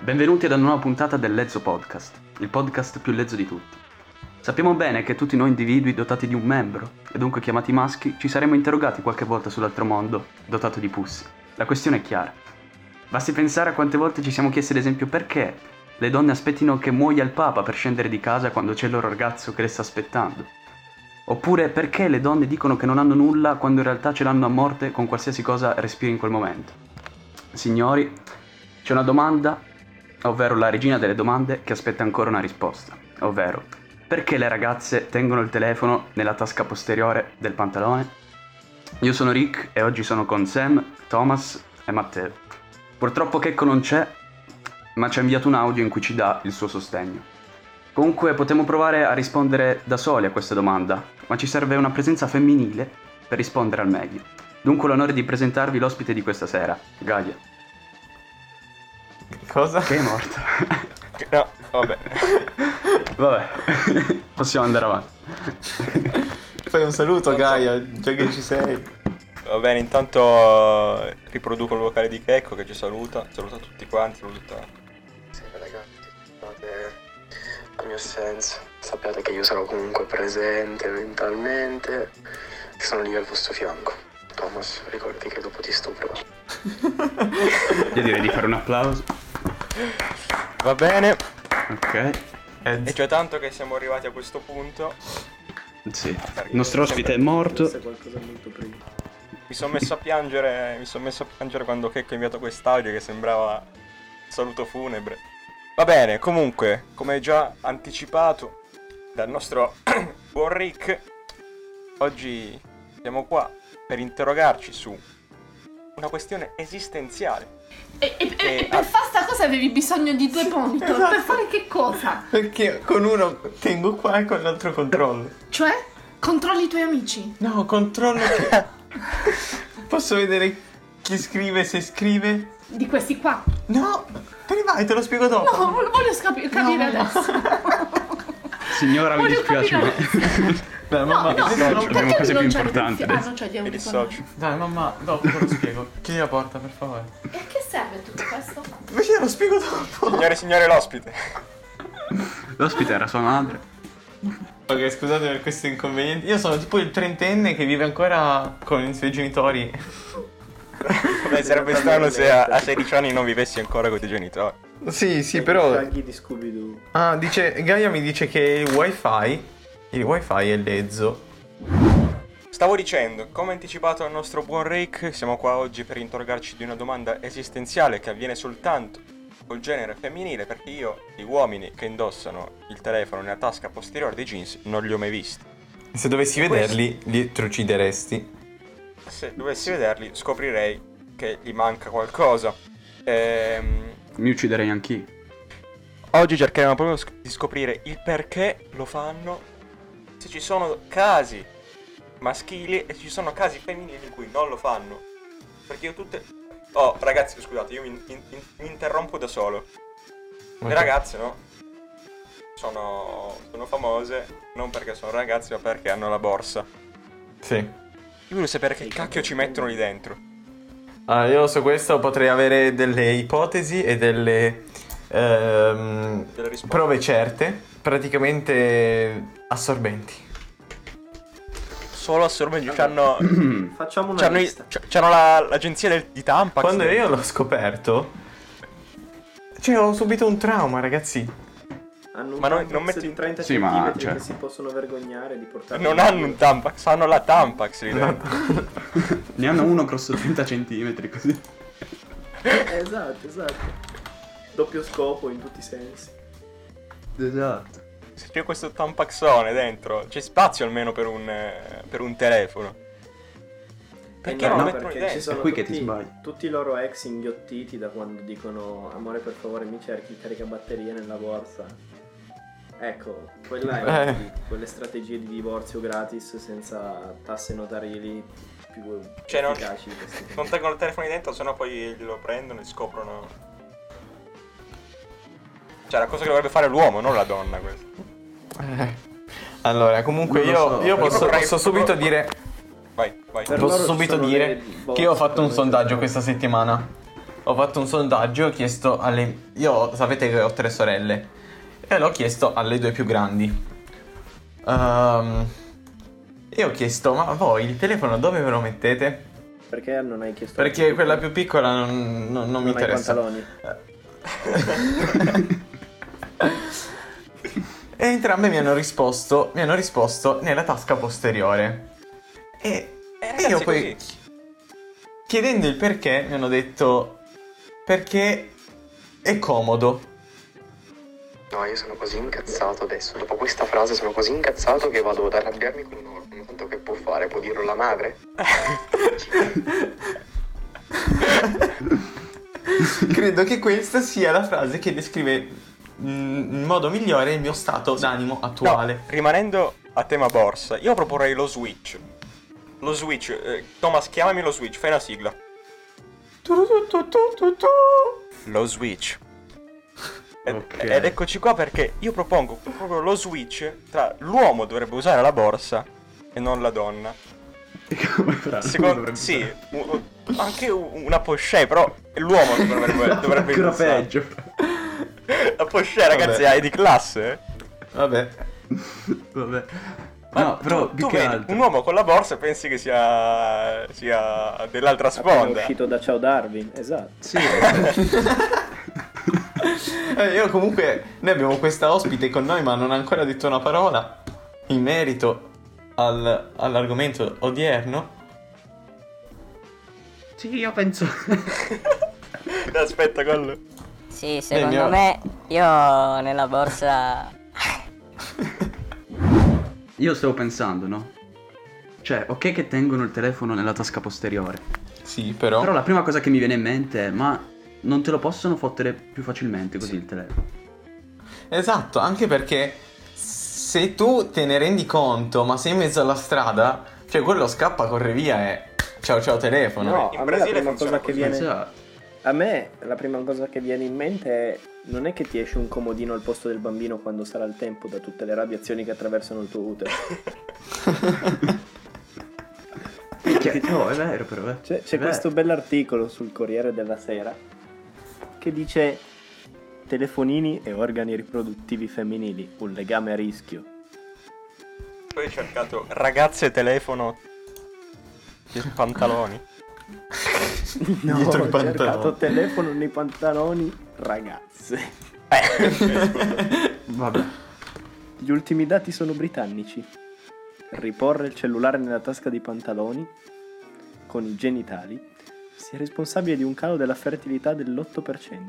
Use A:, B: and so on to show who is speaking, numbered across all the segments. A: Benvenuti ad una nuova puntata del Lezzo Podcast, il podcast più lezzo di tutti. Sappiamo bene che tutti noi individui dotati di un membro, e dunque chiamati maschi, ci saremmo interrogati qualche volta sull'altro mondo, dotato di pussi. La questione è chiara. Basti pensare a quante volte ci siamo chiesti ad esempio perché le donne aspettino che muoia il Papa per scendere di casa quando c'è il loro ragazzo che le sta aspettando. Oppure perché le donne dicono che non hanno nulla quando in realtà ce l'hanno a morte con qualsiasi cosa respiri in quel momento. Signori, c'è una domanda, ovvero la regina delle domande, che aspetta ancora una risposta. Ovvero, perché le ragazze tengono il telefono nella tasca posteriore del pantalone? Io sono Rick e oggi sono con Sam, Thomas e Matteo. Purtroppo Checco non c'è, ma ci ha inviato un audio in cui ci dà il suo sostegno. Comunque potremmo provare a rispondere da soli a questa domanda, ma ci serve una presenza femminile per rispondere al meglio. Dunque ho l'onore di presentarvi l'ospite di questa sera, Gaia,
B: Cosa?
A: che è morta.
B: No, vabbè.
A: Vabbè, possiamo andare avanti.
B: Fai un saluto Gaia, già che ci sei.
C: Va bene, intanto eh, riproduco il vocale di Checco che ci saluta, saluta tutti quanti, saluta.
D: Buonasera ragazzi, scusate il mio senso. Sappiate che io sarò comunque presente mentalmente, che sono lì al vostro fianco. Thomas, ricordi che dopo ti stupro.
A: Io direi di fare un applauso.
C: Va bene.
A: Ok.
C: E cioè tanto che siamo arrivati a questo punto,
A: Sì. Il nostro ospite è morto.
C: mi sono messo a piangere, mi sono messo a piangere quando Checco ha inviato quest'audio che sembrava un saluto funebre. Va bene, comunque, come già anticipato dal nostro buon Rick, oggi siamo qua per interrogarci su una questione esistenziale.
E: E, e- e-
C: Eh,
E: per
C: ah.
E: fare sta cosa avevi bisogno di due ponti.
B: esatto.
E: Per fare che cosa?
B: Perché con uno tengo qua e con l'altro controllo.
E: Cioè, controlli i tuoi amici.
B: No, controllo che... Posso vedere chi scrive e se scrive?
E: Di questi qua.
B: No, te ne vai, te lo spiego dopo.
E: No, lo voglio scapi- capire adesso.
A: Signora, mi
E: Voglio
A: dispiace.
E: capire
A: ma-
B: Dai,
E: No,
B: mamma,
E: no,
B: dopo-
A: abbiamo
E: perché lui
A: cose
E: non
A: più
E: c'è il
A: importanti
E: dissi- Ah,
A: adesso.
E: non c'è il
C: Mi
E: diavolo.
C: dissocio.
B: Dai, mamma, dopo te lo spiego. Chiudi la porta, per favore.
E: E a che serve tutto questo?
B: Invece te lo spiego dopo.
C: Signore e signore l'ospite.
A: L'ospite era sua madre.
B: Ok, scusate per questo inconveniente. Io sono tipo il trentenne che vive ancora con i suoi genitori.
C: Beh, sarebbe strano se a, a 16 anni non vivessi ancora con i tuoi genitori.
B: Sì, sì, però...
F: Tagli di Scooby-Doo.
B: Ah, dice, Gaia mi dice che il wifi, il wifi è lezzo.
C: Stavo dicendo, come anticipato al nostro buon Rick, siamo qua oggi per interrogarci di una domanda esistenziale che avviene soltanto col genere femminile, perché io gli uomini che indossano il telefono nella tasca posteriore dei jeans non li ho mai visti.
B: Se dovessi vederli, li trucideresti.
C: Se dovessi vederli, scoprirei che gli manca qualcosa. Ehm,
A: Mi ucciderei anch'io.
C: Oggi cercheremo proprio sc- di scoprire il perché lo fanno, se ci sono casi maschili e se ci sono casi femminili in cui non lo fanno. Perché io tutte... Oh, ragazzi, scusate, io mi, in- in- mi interrompo da solo. Le ragazze, no? Sono, sono famose, non perché sono ragazze, ma perché hanno la borsa.
B: Sì.
C: Io voglio sapere che cacchio ci mettono lì dentro.
B: Allora, Ah, io su questo potrei avere delle ipotesi e delle ehm,
C: Delle risposte.
B: prove certe, praticamente assorbenti.
C: Solo assorbenti, c'hanno...
F: Facciamo una
C: c'hanno, i-
F: lista.
C: c'ha- c'hanno la- l'agenzia del- di Tampax.
B: Quando io l'ho scoperto, cioè ho subito un trauma, ragazzi.
F: Hanno un
C: Ma non-
F: tampax
C: non metti-
F: di 30
A: Sì, ma,
F: centimetri
A: cioè-
F: che si possono vergognare di portare.
C: Non
F: in
C: hanno un
F: giro.
C: Tampax, hanno la Tampax lì dentro.
A: Ne hanno uno grosso 30 centimetri così.
F: Eh, Esatto, esatto. Doppio scopo in tutti i sensi.
A: Esatto.
C: Se c'è questo Tampaxone dentro, c'è spazio almeno per un, eh, per un telefono. Perché
F: Eh
C: non
F: no,
C: lo mettono lì
F: perché ci
C: dentro?
F: sono
A: È qui che
F: tutti,
A: ti sbagli.
F: tutti i loro ex inghiottiti da quando dicono amore per favore mi cerchi il caricabatterie nella borsa. Ecco, quella è
B: Eh.
F: di- quelle strategie di divorzio gratis senza tasse notarili più
C: Cioè, non-
F: efficaci di questi
C: Non tengono il telefono lì dentro, sennò poi lo prendono e scoprono. Cioè, la cosa che dovrebbe fare l'uomo, non la donna questa.
B: Eh. Allora, comunque
A: Non lo
B: io,
A: so,
B: io
A: però
B: posso,
C: vorrei-
B: posso subito dire,
C: Vai, Eh, vai.
F: Per
B: posso
F: loro ci
B: subito
F: sono
B: dire
F: le box
B: che io ho fatto un
F: per
B: sondaggio
F: mettere-
B: questa settimana. ho fatto un sondaggio e ho chiesto alle... Io ho- sapete che ho tre sorelle e l'ho chiesto alle due più grandi. Ehm, e ho chiesto, ma voi il telefono dove ve lo mettete?
F: Perché non hai chiesto?
B: Perché quella più piccola non, non- non mi
F: non hai
B: interessa.
F: pantaloni.
B: E entrambe mi hanno risposto, mi hanno risposto nella tasca posteriore. E,
C: Eh,
B: e
C: ragazzi,
B: io poi,
C: così.
B: chiedendo il perché, mi hanno detto perché è comodo.
D: No, io sono così incazzato adesso. Dopo questa frase sono così incazzato che vado ad arrabbiarmi con un orfano. Tanto che può fare? Può dirlo la madre?
B: Credo che questa sia la frase che descrive mh, in modo migliore il mio stato d'animo attuale.
C: No, rimanendo a tema borsa, io proporrei lo Switch. Lo Switch, eh, Thomas, chiamami lo Switch, fai una sigla. Lo Switch. Ed,
A: Ok.
C: ed eccoci qua perché io propongo proprio lo switch tra l'uomo dovrebbe usare la borsa e non la donna. Secondo sì, u- u- anche u- una pochette, però è l'uomo che dovrebbe,
A: Ancora
C: dovrebbe indossare.
A: peggio.
C: La pochette, ragazzi,
B: Vabbè.
C: hai di classe. eh?
B: Vabbè.
A: Vabbè.
C: Ma
A: no, però
C: tu,
A: più
C: tu
A: che
C: vedi
A: altro.
C: un uomo con la borsa e pensi che sia, sia dell'altra
F: Appena
C: sponda.
F: uscito da Ciao Darwin, esatto.
A: Sì,
B: Eh, io comunque, noi abbiamo questa ospite con noi ma non ha ancora detto una parola in merito al- all'argomento odierno.
A: sì, io penso.
C: Aspetta, quello.
G: Sì, secondo
B: mio-
G: me io nella borsa
A: Io stavo pensando, no? Cioè, ok che tengono il telefono nella tasca posteriore.
B: Sì, però...
A: Però la prima cosa che mi viene in mente è ma non te lo possono fottere più facilmente così il telefono.
B: Esatto, anche perché se tu te ne rendi conto ma sei in mezzo alla strada, cioè quello scappa, corre via e... Ciao ciao telefono.
F: No,
C: in
F: a me la
C: Brasile
F: prima
C: funziona
F: cosa che
C: così.
F: viene
A: Esatto.
F: A me la prima cosa che viene in mente è non è che ti esce un comodino al posto del bambino quando sarà il tempo da tutte le radiazioni che attraversano il tuo utero.
A: Minchia, no, è vero però. eh.
F: C'è,
A: È
F: c'è
A: vero.
F: questo bell'articolo sul Corriere della Sera che dice telefonini e organi riproduttivi femminili, un legame a rischio.
C: Poi ho cercato ragazze telefono e pantaloni.
F: No,
B: Dietro i
F: ho
B: pantaloni.
F: cercato telefono nei pantaloni, ragazze.
A: Vabbè.
F: Gli ultimi dati sono britannici. Riporre il cellulare nella tasca dei pantaloni con i genitali si è responsabile di un calo della fertilità dell'8%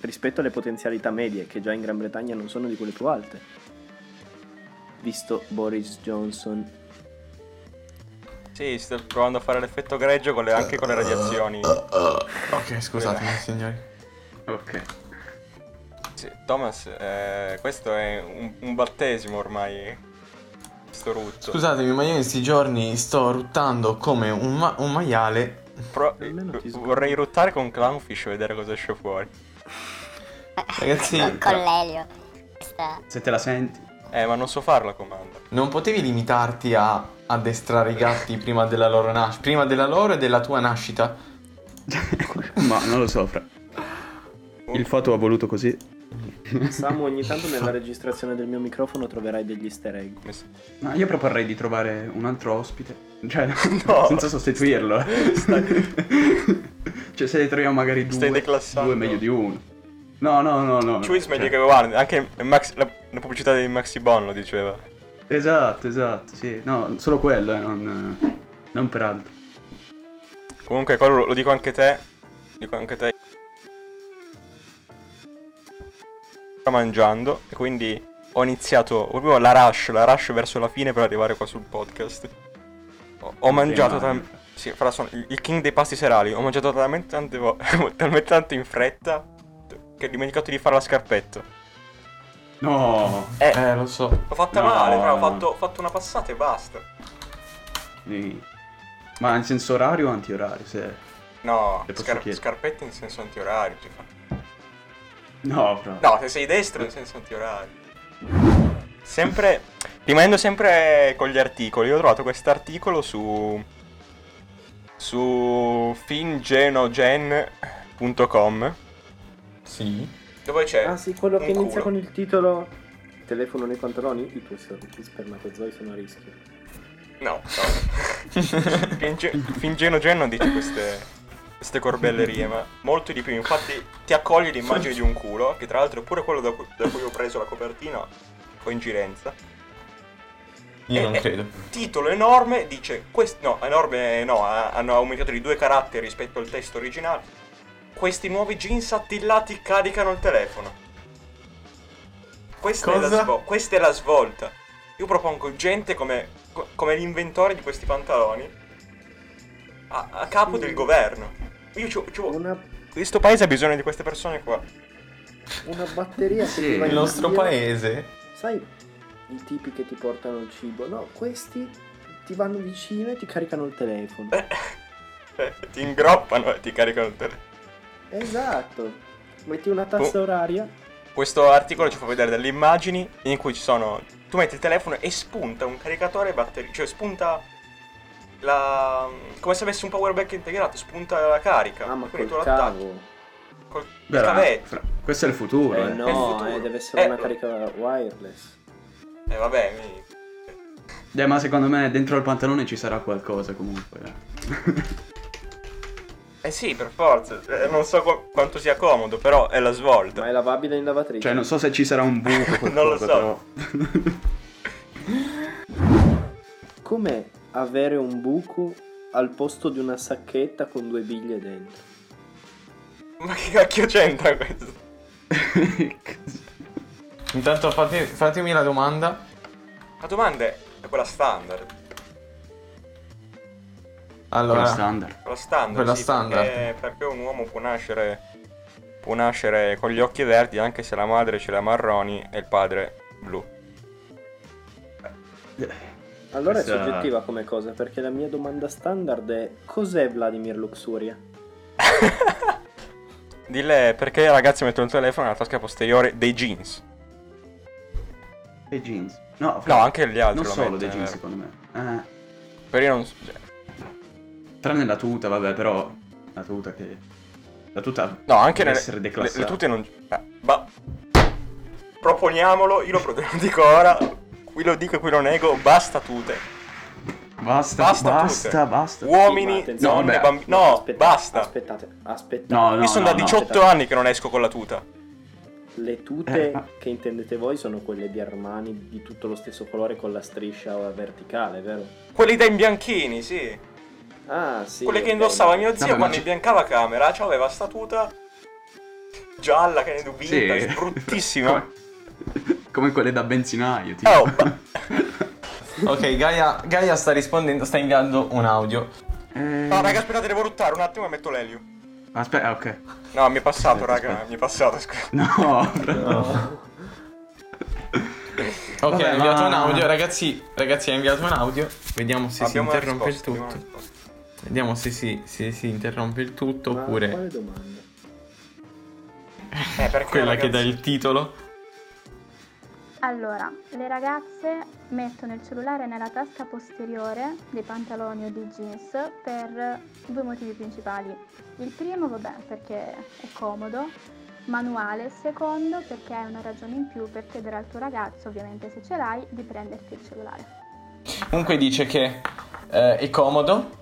F: rispetto alle potenzialità medie che già in Gran Bretagna non sono di quelle più alte. Visto Boris Johnson.
C: Sì, sto provando a fare l'effetto greggio con le- anche con le radiazioni.
B: Eh, Ok, scusatemi signori.
A: Ok.
C: Sì, Thomas, eh, questo è un, un battesimo ormai. Sto rutto.
B: Scusatemi, ma io in questi giorni sto ruttando come un, ma- un maiale.
C: Pro-
F: Almeno ti sgu-
C: vorrei ruttare con Clownfish e vedere cosa esce fuori.
B: Ragazzi,
G: con l'elio. Questa...
A: Se te la senti.
C: Eh, ma non so farla comanda.
B: non potevi limitarti a addestrare i gatti prima della loro nascita, prima della loro e della tua nascita.
A: ma non lo so, fra. Il foto ha voluto così.
F: Samu, ogni tanto nella registrazione del mio microfono troverai degli easter egg.
A: Ma io proporrei di trovare un altro ospite. Cioè,
C: No.
A: senza sostituirlo. eh. cioè, se ne troviamo magari due.
C: Stai declassando.
A: Due è meglio di uno. No, no, no, no.
C: Chuis meglio
A: Cioè,
C: che guardi, anche Max- la, la pubblicità di Maxi Bon lo diceva.
A: Esatto, esatto, sì. No, solo quello, eh, non, non per altro.
C: Comunque, quello lo, lo dico anche te. Dico anche te. Sto mangiando e quindi ho iniziato proprio la rush, la rush verso la fine per arrivare qua sul podcast. Ho, ho mangiato
A: male.
C: tam- sì, fra sono il il king dei pasti serali. Ho mangiato talmente tante vo- talmente tanto in fretta che ho dimenticato di fare la scarpetta.
A: No,
B: Eh, lo so.
C: L'ho fatta
A: No.
C: male, fra, ho fatto, ho fatto una passata e basta.
A: Sì. ma in senso orario o antiorario? Se...
C: No,
A: Che posso
C: scar-
A: chiedere?
C: scarpetta in senso antiorario. ti fa-
A: No, fra.
C: No, se sei destro in senso antiorario. Sempre, rimanendo sempre con gli articoli, io ho trovato quest'articolo su... su Fingenogen Telefono.com
B: Sì.
C: dove c'è
F: Ah sì, quello che
C: un
F: inizia
C: culo.
F: con il titolo Telefono nei pantaloni? I tuoi ser- gli spermatozoi sono a rischio.
C: No, no. Finge- Fingeno Genno dice queste, queste corbellerie, ma molto di più. Infatti ti accoglie l'immagine di un culo, che tra l'altro è pure quello da cui, da cui ho preso la copertina, coincidenza.
B: Io
C: Eh,
B: non
C: eh.
B: credo.
C: Titolo enorme, dice... quest- no, enorme eh, no, ha- hanno aumentato di due caratteri rispetto al testo originale. Questi nuovi jeans attillati caricano il telefono. Questa, è la,
B: Cosa?
C: svol- questa è la svolta. Io propongo gente come, co- come l'inventore di questi pantaloni a, a capo del governo. Io ci, ci-
F: Una,
C: Questo paese ha bisogno di queste persone qua.
F: una batteria
A: Sì,
F: che ti va
B: Il
F: in
B: nostro
F: giro.
B: paese.
F: Sai i tipi che ti portano il cibo? No, questi ti vanno vicino e ti caricano il telefono.
C: Eh, ti ingroppano e ti caricano il telefono.
F: Esatto. Metti una tassa
C: Oh.
F: oraria.
C: Questo articolo ci fa vedere delle immagini in cui ci sono. Tu metti il telefono e spunta un caricatore e batteria. Cioè spunta. La. come se avessi un power bank integrato, spunta la carica.
F: Ah, ma col
C: Quindi tu l'attacchi
F: cavo.
C: col
A: Beh,
C: il cavetto.
A: fra- questo è il futuro,
F: Eh
A: eh.
C: è il
F: no,
C: futuro.
F: eh, deve essere una
C: Eh.
F: carica wireless.
C: Eh vabbè, mi-
A: Eh, ma secondo me dentro al pantalone ci sarà qualcosa comunque.
C: Eh sì, per forza. Eh, non so qu- quanto sia comodo, però è la
F: Ma
C: svolta.
F: è lavabile in lavatrice?
A: Cioè, non so se ci sarà un buco qualcosa,
C: Non lo so.
A: però-
F: Com'è avere un buco al posto di una sacchetta con due biglie dentro?
C: Ma che cacchio c'entra questo?
B: Intanto fate- fatemi la domanda.
C: La domanda è è quella standard.
A: Allora,
B: Allora,
A: standard.
C: Quella standard.
B: Quella
C: sì,
B: standard.
C: Perché, perché un uomo può nascere. Può nascere con gli occhi verdi anche se la madre ce l'ha marroni e il padre blu.
F: Allora è
A: Questa-
F: soggettiva come cosa, perché la mia domanda standard è cos'è Vladimir Luxuria?
C: Dille perché i ragazzi mettono il telefono nella tasca posteriore dei jeans.
A: E jeans. No, fra-
C: No, anche gli altri
A: non
C: lo
A: solo
C: mettono,
A: dei
C: è
A: jeans,
C: vero.
A: secondo me. Eh,
C: Per io non so- cioè,
A: tranne la tuta, vabbè, però... La tuta che... La tuta...
C: No, anche
A: Deve
C: nelle
A: essere
C: le-
A: declassata.
C: le tute non eh, ba- Proponiamolo, io lo pro- lo dico ora, qui lo dico e qui lo nego, basta tute.
A: Basta,
C: Basta
A: basta,
C: tute.
A: basta.
F: Sì, ma
C: Uomini,
F: attenzione,
C: donne,
A: vabbè.
C: bambini. No,
F: Aspetta-
C: basta.
F: Aspettate, aspettate.
A: No, no,
C: io sono
A: no,
C: da
A: no.
C: 18
F: aspetta.
C: anni che non esco con la tuta.
F: Le tute
A: Eh, ma-
F: che intendete voi sono quelle di Armani di tutto lo stesso colore con la striscia verticale, vero?
C: Quelli dai bianchini, sì.
F: Ah, sì.
C: Quelle che
F: ok.
C: indossava mio zio
A: Vabbè, ma
C: quando
A: ci-
C: imbiancava a camera, cioè aveva sta tuta gialla che ne dubita,
A: Sì.
C: bruttissima.
A: Come, come quelle da benzinaio, tipo.
C: Oh, ba-
B: ok, Gaia, Gaia sta rispondendo, sta inviando un audio.
A: Eh,
C: No, raga, aspettate, devo ruttare un attimo e metto l'elio.
A: Aspetta, ok.
C: No, mi è passato,
A: Aspetta,
C: raga,
A: aspetta.
C: mi è passato, scusa.
A: No, eh,
B: Ok,
A: Vabbè,
B: ha inviato
A: ma-
B: un audio, ragazzi, ragazzi, ha inviato un audio. Vediamo se
C: Abbiamo
B: si
C: una
B: interrompe
C: risposta,
B: il
C: abbiamo
B: tutto.
C: una risposta.
B: Vediamo se si, se si interrompe il tutto
F: Ma
B: oppure
F: Quale domanda?
C: Eh, perché
B: quella che dà
C: ragazzi,
B: il titolo.
H: Allora, le ragazze mettono il cellulare nella tasca posteriore dei pantaloni o dei jeans per due motivi principali. Il primo, vabbè, perché è comodo, manuale. Il secondo, perché hai una ragione in più per chiedere al tuo ragazzo, ovviamente se ce l'hai, di prenderti il cellulare.
B: Comunque dice che eh, è comodo.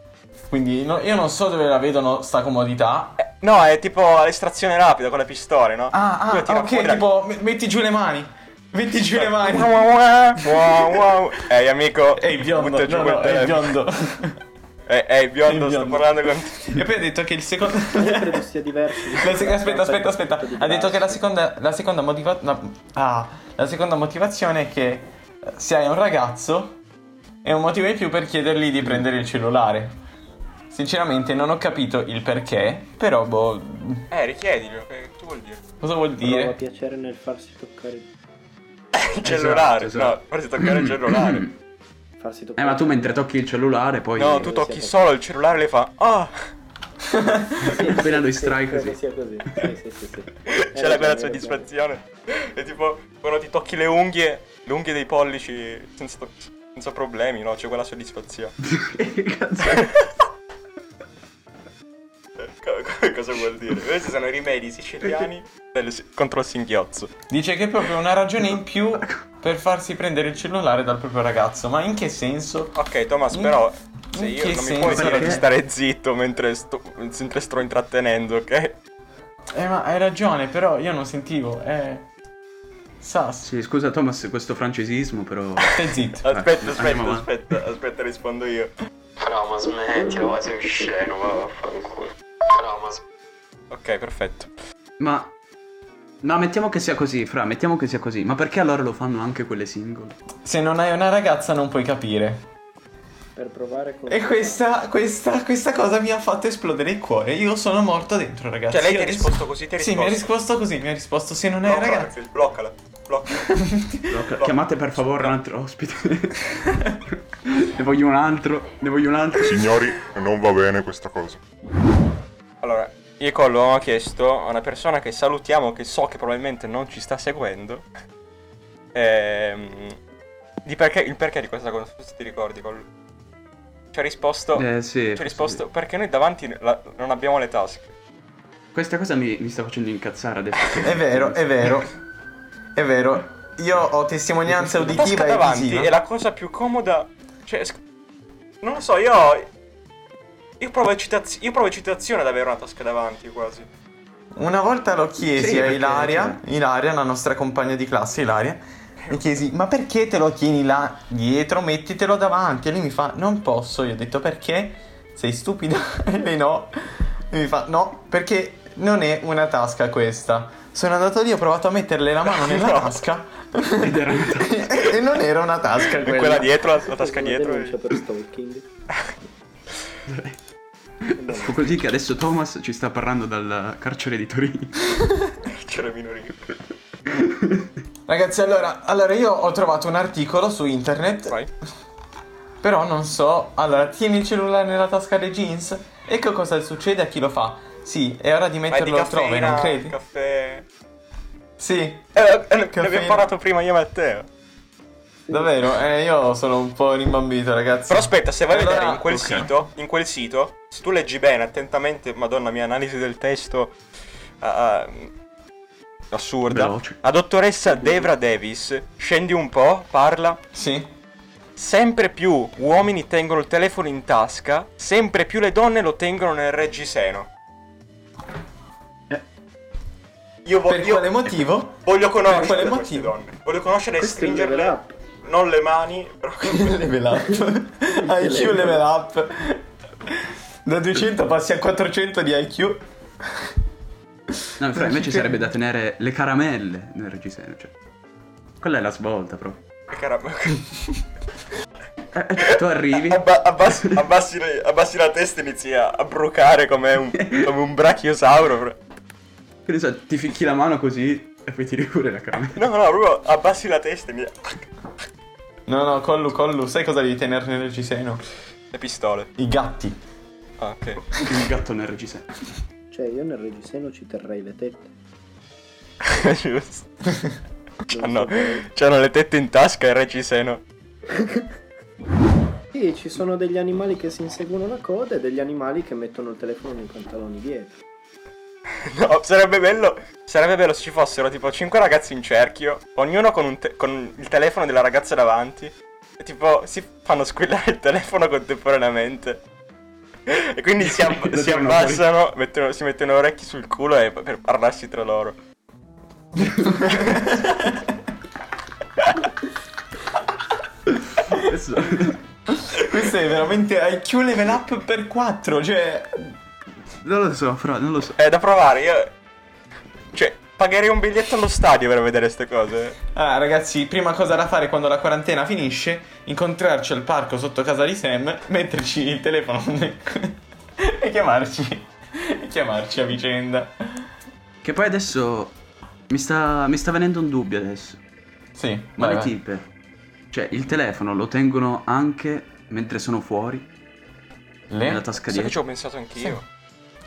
B: Quindi no- io non so dove la vedono sta comodità.
C: eh, No, è tipo l'estrazione rapida con le pistole, no?
B: Ah,
C: Lui
B: ah,
C: tira fuori
B: ok,
C: la-
B: tipo me- metti giù le mani. Metti giù le mani.
C: Wow, wow, wow. Ehi, amico.
B: Ehi, biondo,
C: butta giù
B: no,
C: quel
B: no, ehi,
C: telefono.
B: biondo.
C: Eh, Ehi, biondo,
B: Ehi,
C: sto
B: biondo.
C: parlando con
B: E poi ha detto che il secondo...
F: Ma Io credo sia diverso. di-
B: La se- aspetta, aspetta,
F: tutto
B: aspetta. Ha
F: diverso.
B: detto che la seconda, la seconda motivazione. Ah, la seconda motivazione è che eh, se hai un ragazzo è un motivo in più per chiedergli di prendere il cellulare. Sinceramente non ho capito il perché, però boh,
C: Eh, richiedilo, che che vuol dire?
B: cosa vuol
F: Prova
B: dire?
F: piacere nel farsi toccare.
C: Il cellulare,
A: esatto.
C: no, forse toccare il cellulare.
F: Farsi toccare.
A: Eh, ma tu mentre tocchi il cellulare poi...
C: No, tu
F: sia
C: tocchi
F: toccato.
C: solo il cellulare e le fa... Ah,
A: appena lo distrai
F: strike
A: così.
F: sia così. Sì, sì, sì, sì.
A: Eh,
C: c'è Cioè, la bella soddisfazione. È tipo quando ti tocchi le unghie, le unghie dei pollici senza, to- senza problemi, no? C'è quella soddisfazione.
A: Cazzo.
C: Co- co- Cosa vuol dire? Questi sono rimedi siciliani del si- contro il singhiozzo.
B: Dice che è proprio una ragione in più per farsi prendere il cellulare dal proprio ragazzo. Ma in che senso?
C: Ok, Thomas,
B: In-
C: però
B: in
C: se io
B: che
C: non mi
B: senso?
C: puoi dire
A: Perché?
C: di stare zitto mentre sto, mentre sto intrattenendo, ok?
B: Eh, ma hai ragione, però io non sentivo. Eh. Sas.
A: Sì, scusa Thomas, questo francesismo però...
B: Stai zitto.
A: Eh,
C: Aspetta,
A: andiamo avanti.
C: aspetta, aspetta, aspetta, rispondo io.
D: Fra, ma smettila, ma sei sceno, ma vaffanculo. Fra, ma smettila.
C: Ok, perfetto.
A: Ma... No, mettiamo che sia così, Fra, mettiamo che sia così. Ma perché allora lo fanno anche quelle singole?
B: Se non hai una ragazza non puoi capire.
F: Per provare con...
B: E questa, questa, questa cosa mi ha fatto esplodere il cuore. Io sono morto dentro, ragazzi.
C: Cioè, lei
B: Io
C: ti ha
B: adesso-
C: risposto così, ti ha
B: Sì, mi ha risposto così, mi ha risposto se non hai
C: Bloccala,
B: ragazza.
C: Phil, bloccala, bloccala.
A: Loca- Chiamate per favore un altro ospite. ne voglio un altro, ne voglio un altro.
I: Signori, non va bene questa cosa.
C: Allora, io e Collo abbiamo chiesto a una persona che salutiamo, che so che probabilmente non ci sta seguendo, ehm, di perché, il perché di questa cosa, se ti ricordi Collo. Ci ha risposto,
A: Eh sì.
C: ci ha risposto perché noi davanti la- non abbiamo le tasche.
A: Questa cosa mi, mi sta facendo incazzare adesso.
B: È vero, è vero. È vero. Io ho testimonianza
C: La tasca
B: uditiva e
C: davanti
B: visiva.
C: è la cosa più comoda, cioè, sc- non lo so, io... Io provo, eccitaz- io provo eccitazione ad avere una tasca davanti quasi.
B: Una volta lo chiesi
A: Sì,
B: a
A: perché-
B: Ilaria, Ilaria, la nostra compagna di classe, Ilaria, mi chiesi, ma perché te lo tieni là dietro, mettitelo davanti? E lei mi fa, non posso. Io ho detto, perché? Sei stupida? E lei no. E mi fa, no, perché non è una tasca questa. Sono andato lì, ho provato a metterle la mano nella
C: No.
B: tasca.
A: Ed era una
B: e e non era una tasca
C: E
B: quella.
C: quella dietro, la, la
F: Questa
C: tasca
F: è una
C: dietro.
F: denuncia
C: e-
F: per stalking.
A: Ecco così che adesso Thomas ci sta parlando dal carcere di Torino.
C: C'era minorile.
B: Ragazzi, allora, allora io ho trovato un articolo su internet
C: Vai.
B: Però non so, allora tieni il cellulare nella tasca dei jeans. Ecco cosa succede a chi lo fa. Sì, è ora di
C: Ma è di
B: metterlo altrove,
C: caffeina,
B: non
C: credi?
B: credi?
C: caffè...
B: sì,
C: Eh, eh, ne
B: Caffeina.
C: abbiamo parlato prima io e Matteo.
B: davvero, eh, io sono un po' rimbambito, ragazzi.
C: Però aspetta, se vai a
B: Allora,
C: vedere in quel
A: ok.
C: sito, in quel sito, se tu leggi bene attentamente, madonna mia, analisi del testo ah, ah, assurda.
A: Veloce.
C: La dottoressa Devra Davis, scendi un po', parla.
B: Sì.
C: Sempre più uomini tengono il telefono in tasca, sempre più le donne lo tengono nel reggiseno.
A: Eh.
C: Io, voglio
B: Per quale motivo?
C: Voglio conoscere
B: Per quale
C: queste
B: motivo?
C: donne. Voglio conoscere e
F: Questo è il
C: stringerle.
F: level up.
C: Non le mani, però.
B: level up. IQ level up. Da 200 passi a 400 di IQ.
A: No, fra, invece
B: Perché?
A: sarebbe da tenere le caramelle nel reggiseno, cioè. Quella è la svolta, proprio.
C: Caramba.
A: Eh, eh, tu arrivi...
C: Abba- abbassi, abbassi le- abbassi la testa e inizi a, a brucare come un, come un brachiosauro. bro.
A: Che ne so, ti ficchi la mano così e poi tiri pure la caramella.
C: No, no, proprio abbassi la testa e mi.
B: No, no, collu, collu, sai cosa devi tenere nel reggiseno?
C: Le pistole.
B: I gatti.
C: Ah, ok.
A: Il gatto nel reggiseno.
F: Cioè, io nel reggiseno ci terrei le tette.
C: Giusto.
F: Non
C: C'hanno,
F: so come-
C: c'hanno le tette in tasca e il reggiseno.
F: Sì, ci sono degli animali che si inseguono la coda e degli animali che mettono il telefono nei pantaloni dietro.
C: No, Oh, sarebbe bello. Sarebbe bello se ci fossero tipo 5 ragazzi in cerchio, ognuno con, un te- con il telefono della ragazza davanti. E tipo si fanno squillare il telefono contemporaneamente. E quindi si, ab-
A: Lo
C: si
A: tirano fuori.
C: abbassano, mettono- si mettono orecchi sul culo e- per parlarsi tra loro.
A: Adesso...
B: Questo è veramente IQ level up per 4, cioè...
A: Non lo so, fra, non lo so.
C: È Eh, da provare, io. Cioè, pagherei un biglietto allo stadio per vedere queste cose.
B: Ah ragazzi, prima cosa da fare quando la quarantena finisce, incontrarci al parco sotto casa di Sam, metterci il telefono nel- e chiamarci. E chiamarci a vicenda.
A: Che poi adesso... Mi sta... mi sta venendo un dubbio adesso.
B: Sì,
A: Ma le tipe... Cioè, il telefono lo tengono anche mentre sono fuori? nella tasca
C: Sai che ci
A: dietro?
C: ho pensato anch'io.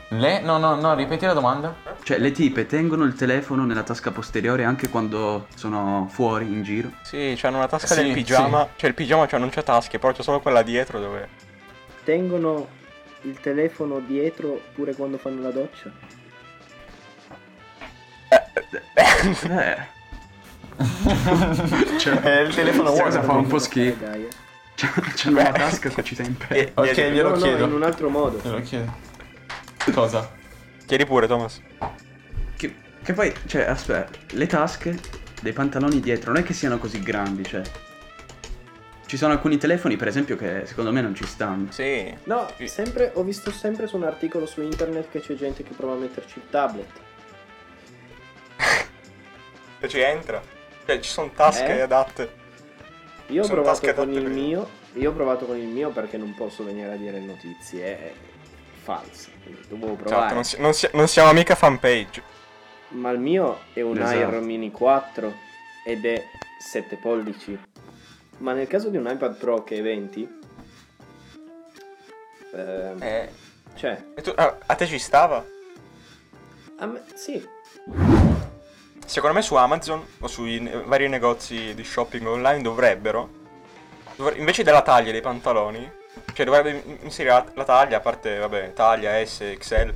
B: Le? No, no, no, ripeti la domanda.
A: Cioè, le tipe tengono il telefono nella tasca posteriore anche quando sono fuori, in giro?
C: Sì, c'hanno una tasca
B: Sì,
C: del pigiama. Cioè, il pigiama cioè, non c'è tasche, però c'è solo quella dietro dove.
F: Tengono il telefono dietro pure quando fanno la doccia?
A: Eh,
B: Eh, il
A: Questa
B: telefono vuoto.
A: cosa fa un po'
F: Eh,
A: schifo.
F: dai, eh.
A: C'è, c'è una tasca che ci sempre.
C: Eh,
B: Ok,
C: chiedi-
B: glielo
F: No, no,
B: chiedo. Eh.
F: in un altro modo.
B: Glielo chiedo. Cosa?
C: Chiedi pure, Thomas.
A: Che, che poi, cioè, aspetta, le tasche dei pantaloni dietro non è che siano così grandi, cioè. Ci sono alcuni telefoni, per esempio, che secondo me non ci stanno.
C: Sì.
F: No,
C: Sì.
F: sempre, ho visto sempre su un articolo su internet che c'è gente che prova a metterci il tablet.
C: Cioè ci entra. Cioè ci sono tasche
F: Eh?
C: adatte.
F: Io ho
C: Sono
F: provato
C: tasche
F: con
C: adatte
F: il
C: per-
F: mio, io ho provato con il mio perché non posso venire a dire notizie eh, false. Quindi Dovevo provare.
C: Esatto, non, si- non si- non siamo mica fanpage.
F: Ma il mio è un
A: Esatto.
F: Air Mini 4 ed è 7 pollici. Ma nel caso di un iPad Pro che è 20, ehm,
C: Eh.
F: cioè,
C: E tu, ah, a te ci stava?
F: a me, sì,
C: Secondo me su Amazon o sui ne- vari negozi di shopping online dovrebbero, dovre- invece della taglia dei pantaloni, cioè dovrebbe in- inserire la, la taglia, a parte, vabbè, taglia, S, XL,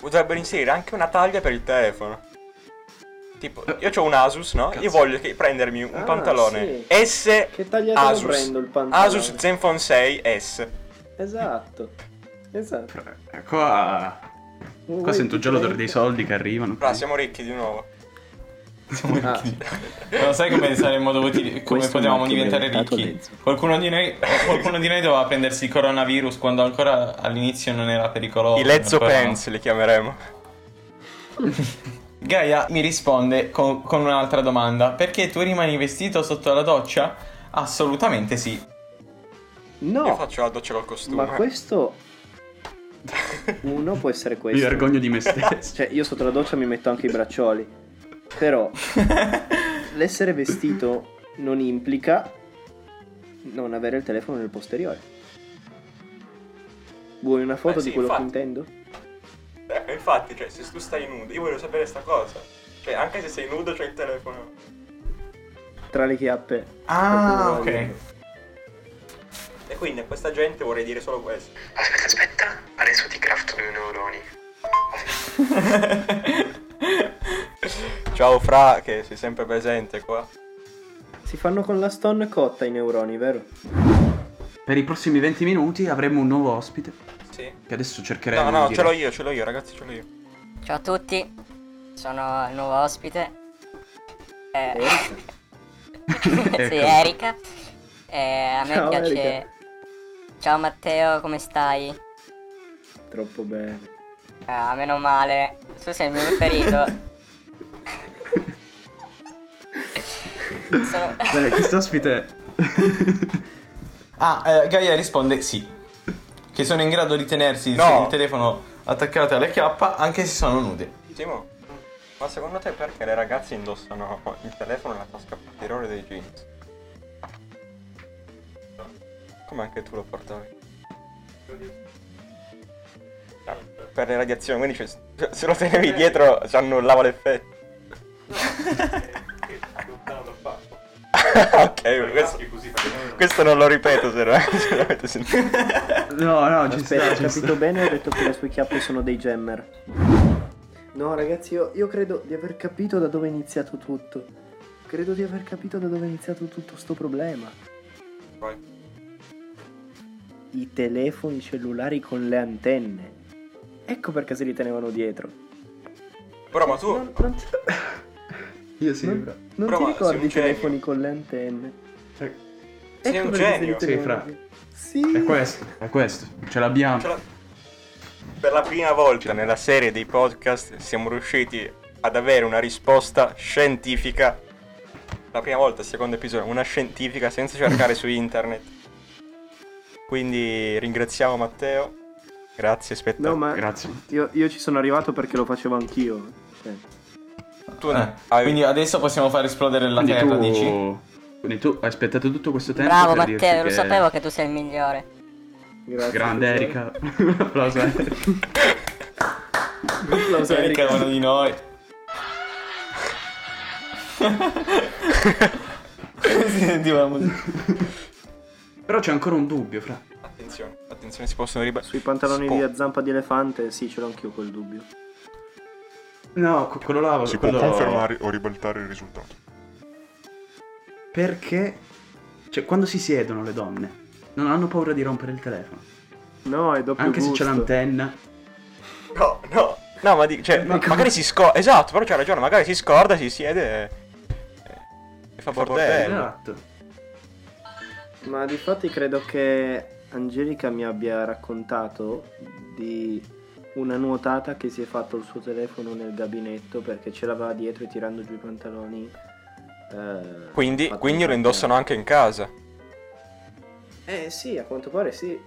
C: dovrebbero inserire anche una taglia per il telefono. Tipo, io ho un Asus, no? Io
A: Cazzo.
C: voglio che- prendermi un
F: Eh. Ah,
C: pantalone S
F: che tagliatelo
C: Asus.
F: prendo il pantalone.
C: Asus Zenfone 6 S.
F: Esatto. Esatto.
A: Però, eh, Qua. Qua
F: Vuoi
A: sento già l'odore
F: 30?
A: dei soldi che arrivano.
F: Eh.
C: Ora siamo ricchi di nuovo.
F: Ah,
B: Non sai come saremmo dovuti. come
F: Questo
B: potevamo
F: marchio
B: diventare
F: brevettato
B: ricchi.
F: Lenzo.
B: Qualcuno di, noi, qualcuno di noi doveva prendersi il coronavirus quando ancora all'inizio non era pericoloso.
C: I Lezzo
B: ancora no.
C: Pens li chiameremo.
B: Gaia mi risponde con, con un'altra domanda: perché tu rimani vestito sotto la doccia? Assolutamente sì.
C: Io
F: no,
C: faccio eh. la doccia col costume.
F: ma questo uno può essere
A: Mi
F: questo.
A: vergogno di me stesso.
F: Cioè, io sotto la doccia mi metto anche i braccioli. Però l'essere vestito non implica non avere il telefono nel posteriore. Vuoi una foto
C: Beh, sì,
F: di quello
C: infatti.
F: che intendo?
C: Ecco, infatti, cioè, se tu stai nudo, io voglio sapere sta cosa. Cioè, anche se sei nudo c'è il telefono.
F: Tra le chiappe.
B: Ah,
F: Qualcuno va
B: ok.
C: E quindi a questa gente vorrei dire solo questo.
D: Aspetta, aspetta, adesso ti crafto due neuroni.
C: Ciao Fra, che sei sempre presente qua.
F: dietro. Si fanno con la stone cotta i neuroni, vero?
A: Per i prossimi 20 minuti avremo un nuovo ospite.
C: Sì.
A: Che adesso cercheremo.
C: No, no,
A: di
C: ce l'ho io, ce l'ho io, ragazzi, ce l'ho io.
G: Ciao a tutti, sono il nuovo ospite. Eh, sì,
A: Ecco.
G: Erika. Eh, a me
F: Ciao,
G: piace.
F: Erika.
G: Ciao Matteo, come stai?
F: Troppo bene.
G: Ah, meno male. Tu sei il mio preferito. Sono-
A: Bene, quest'ospite.
B: Ah, eh, Gaia risponde sì. Che sono in grado di tenersi
C: No.
B: il telefono attaccato alla chiappa anche se sono nude.
C: Simo, ma secondo te perché le ragazze indossano il telefono nella tasca posteriore dei jeans? Come anche tu lo portavi? Ah, Per le radiazioni, quindi cioè, se- se lo tenevi dietro ci annullava l'effetto. ok, questo, questo non lo ripeto se lo, se lo avete sentito.
A: No, no, ci
F: Aspetta,
A: sta,
F: ho
A: ci sta.
F: capito bene, ho detto che le sue chiappe sono dei gemmer. No, ragazzi, io, io credo di aver capito da dove è iniziato tutto. Credo di aver capito da dove è iniziato tutto sto problema. I telefoni cellulari con le antenne. Ecco perché se li tenevano dietro.
C: Però ma tu...
F: Non, non ti,
A: Io sì.
F: non-
A: bra-
F: non
C: Però
F: ti
C: ma sei
F: ricordi
C: un
F: i
C: genio.
F: telefoni con le antenne? Ecco
A: Sei
C: un
F: perché se li
C: genio.
A: Sì,
F: tenevano
A: Fra.
F: dietro. Sì.
A: È questo, è questo. Ce l'abbiamo.
C: Ce la- Per la prima volta nella serie dei podcast siamo riusciti ad avere una risposta scientifica. La prima volta, secondo episodio, una scientifica senza cercare su internet. Quindi ringraziamo Matteo. Grazie, aspetta.
F: No, ma
A: Grazie.
F: io, io ci sono arrivato perché lo facevo anch'io. Cioè,
C: tu
B: Eh,
C: avevi-
B: Quindi adesso possiamo far esplodere la
A: Quindi
B: terra,
A: tu-
B: dici?
A: Quindi tu hai aspettato tutto questo tempo.
G: Bravo
A: per dirci
G: Matteo, lo
A: che-
G: sapevo che tu sei il migliore.
F: grazie, cioè.
A: Grande
F: tesoro.
A: Erika. Un applauso a Erika.
F: Lo so,
B: Erika è
F: Erika.
B: uno di noi. si sentiva la musica.
A: Però c'è ancora un dubbio, fra.
C: Attenzione, attenzione, si possono ribaltare.
F: Sui pantaloni di zampa di elefante, sì, ce l'ho anch'io quel dubbio.
A: No, que- quello là...
I: Si può
A: quello...
I: confermare o ribaltare il risultato.
A: Perché? Cioè, quando si siedono le donne, non hanno paura di rompere il telefono.
F: No, è doppio
A: Anche se
F: gusto.
A: c'è l'antenna.
C: No, no. No, ma di- cioè,
A: Ma come-
C: magari si scorda. Esatto, però c'ha ragione, magari si scorda, si siede e, e fa bordello.
A: Esatto.
F: Ma di fatti credo che Angelica mi abbia raccontato di una nuotata che si è fatto il suo telefono nel gabinetto perché ce l'aveva dietro e tirando giù i pantaloni. eh,
C: Quindi,
F: fatto
C: quindi
F: un
C: lo indossano anche in casa.
F: Eh sì, a quanto pare sì.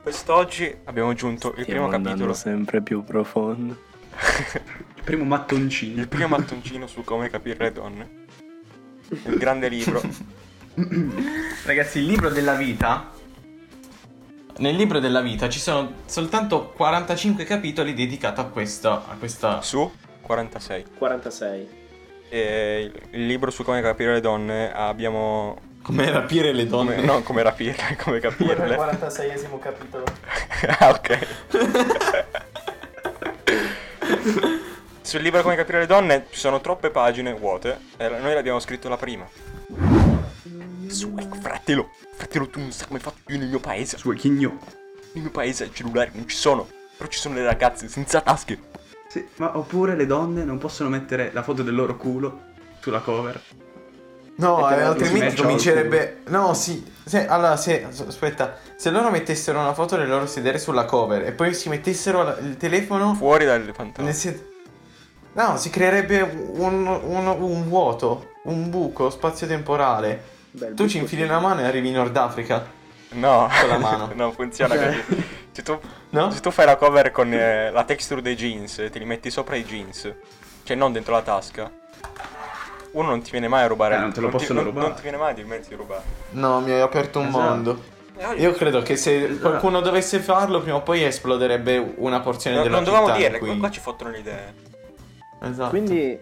C: Quest'oggi abbiamo giunto il primo capitolo.
F: sempre più profondo.
A: Il primo mattoncino.
C: Il primo mattoncino su come capire le donne. Il grande libro.
B: Ragazzi, il libro della vita. Nel libro della vita ci sono soltanto 45 capitoli dedicati a questa. A questa...
C: Su 46.
F: 46.
C: E il- il libro su come capire le donne abbiamo.
B: Come rapire le donne.
C: Come, no, come rapirle, come capirle.
F: 46esimo capitolo.
C: ah, ok. Sul libro Come capire le donne ci sono troppe pagine vuote. E la- noi l'abbiamo scritto la prima. Su, ecco, fratello. Fratello, tu non sai come hai fatto io nel mio paese.
A: Suo chigno.
C: Nel mio paese i cellulari non ci sono. Però ci sono le ragazze senza tasche.
A: Sì, ma oppure le donne non possono mettere la foto del loro culo sulla cover.
B: No,
A: E te
B: eh,
A: la-
B: altrimenti
A: si mette al
B: comincerebbe. No, sì. Se, allora, se. as- Aspetta, se loro mettessero una foto del loro sedere sulla cover e poi si mettessero la- il telefono
C: Fuori dalle pantaloni.
B: nel sed- No, si creerebbe un, un- un vuoto, un buco spazio-temporale.
F: Bel
B: tu
F: buco,
B: ci infili
F: sì.
B: una mano e arrivi in Nord Africa.
C: No,
B: Con la mano.
C: non funziona
A: Cioè-
C: così. Se tu,
B: No?
C: se tu fai la cover con eh, la texture dei jeans, e te li metti sopra i jeans, cioè non dentro la tasca, uno non ti viene mai a rubare.
A: Eh, non te lo
C: ti,
A: possono
C: non,
A: rubare.
C: non ti viene mai di mezzo di rubare.
B: No, mi hai aperto un
A: Esatto.
B: mondo.
C: Eh,
B: Io credo che se qualcuno dovesse farlo, prima o poi esploderebbe una porzione
C: No,
B: della
C: non dovevamo
B: città in
C: dire,
B: cui-
C: qua, qua ci fottono le idee.
B: Esatto.
F: Quindi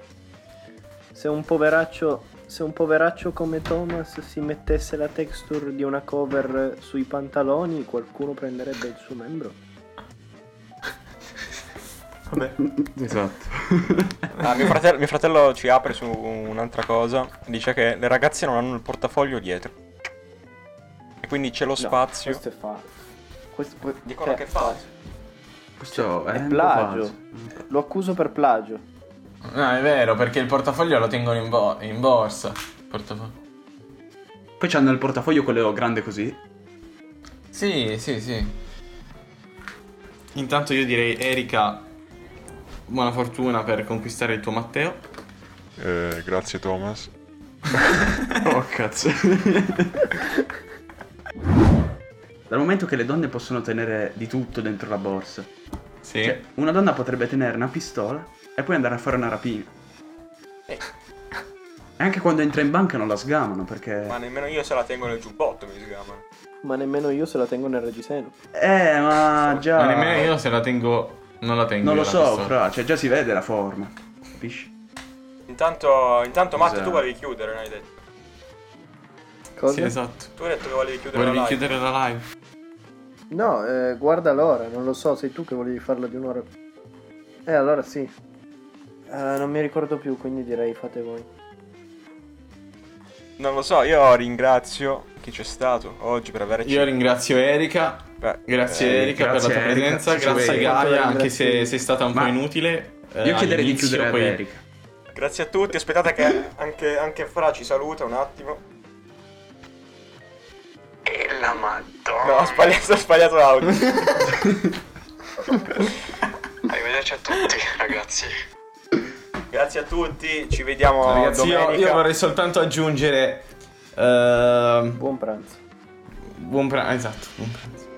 F: se un poveraccio se un poveraccio come Thomas si mettesse la texture di una cover sui pantaloni, qualcuno prenderebbe il suo membro.
B: Vabbè.
A: Esatto.
C: Ah, mio, fratello, mio fratello ci apre su un'altra cosa. Dice che le ragazze non hanno il portafoglio dietro. E quindi c'è lo
F: No,
C: spazio.
F: Questo è falso. Questo poi-
C: Dicono
F: cioè,
C: che è falso.
A: Questo è,
F: È
A: un po'
F: plagio.
A: falso.
F: Lo accuso per plagio.
B: No, è vero, perché il portafoglio lo tengono in, bo- in borsa. Portafoglio.
A: Poi c'hanno il portafoglio quello grande così.
B: Sì, sì, sì. Intanto io direi, Erika, buona fortuna per conquistare il tuo Matteo.
I: Eh, grazie Thomas.
A: Oh cazzo. Dal momento che le donne possono tenere di tutto dentro la borsa.
B: Sì.
A: Cioè, una donna potrebbe tenere una pistola e poi andare a fare una rapina.
B: Eh.
A: E anche quando entra in banca non la sgamano perché...
C: Ma nemmeno io se la tengo nel giubbotto, mi si chiama.
F: Ma nemmeno io se la tengo nel reggiseno.
A: Eh, ma già...
B: Ma nemmeno io se la tengo... Non la tengo.
A: Non
B: io
A: lo
B: la
A: so,
B: pistola.
A: fra, cioè già si vede la forma. Capisci?
C: Intanto, intanto Matt,
A: Esatto.
C: tu volevi chiudere, non hai detto?
F: Cosa?
B: Sì, esatto.
C: Tu hai detto che volevi chiudere la
B: Volevi
C: live.
B: chiudere la live.
F: No, eh, guarda l'ora, non lo so, sei tu che volevi farla di un'ora. Eh, allora sì. Eh, non mi ricordo più, quindi direi fate voi.
C: Non lo so, io ringrazio chi c'è stato oggi per averci...
B: Io ringrazio Erika.
C: Beh,
B: Grazie
C: eh,
B: Erika
A: grazie,
B: per la tua
A: Erika.
B: presenza.
A: Sì,
B: grazie
A: sì,
B: Gaia,
F: tanto
B: anche
F: ringrazio.
B: se sei stata un po'
A: Ma
B: inutile. eh,
A: Io chiederei di
B: all'inizio,
A: chiudere ad
B: poi-
A: Erika.
C: Grazie a tutti, aspettate che anche, anche Fra ci saluta un attimo.
D: E la madonna.
C: No, ho sbagliato, ho sbagliato l'audio.
D: Arrivederci a tutti, ragazzi.
C: Grazie a tutti, ci vediamo
B: Ragazzi, io,
C: domenica.
B: io vorrei soltanto aggiungere. ehm,
F: Buon pranzo.
B: buon pranzo. Esatto, buon pranzo.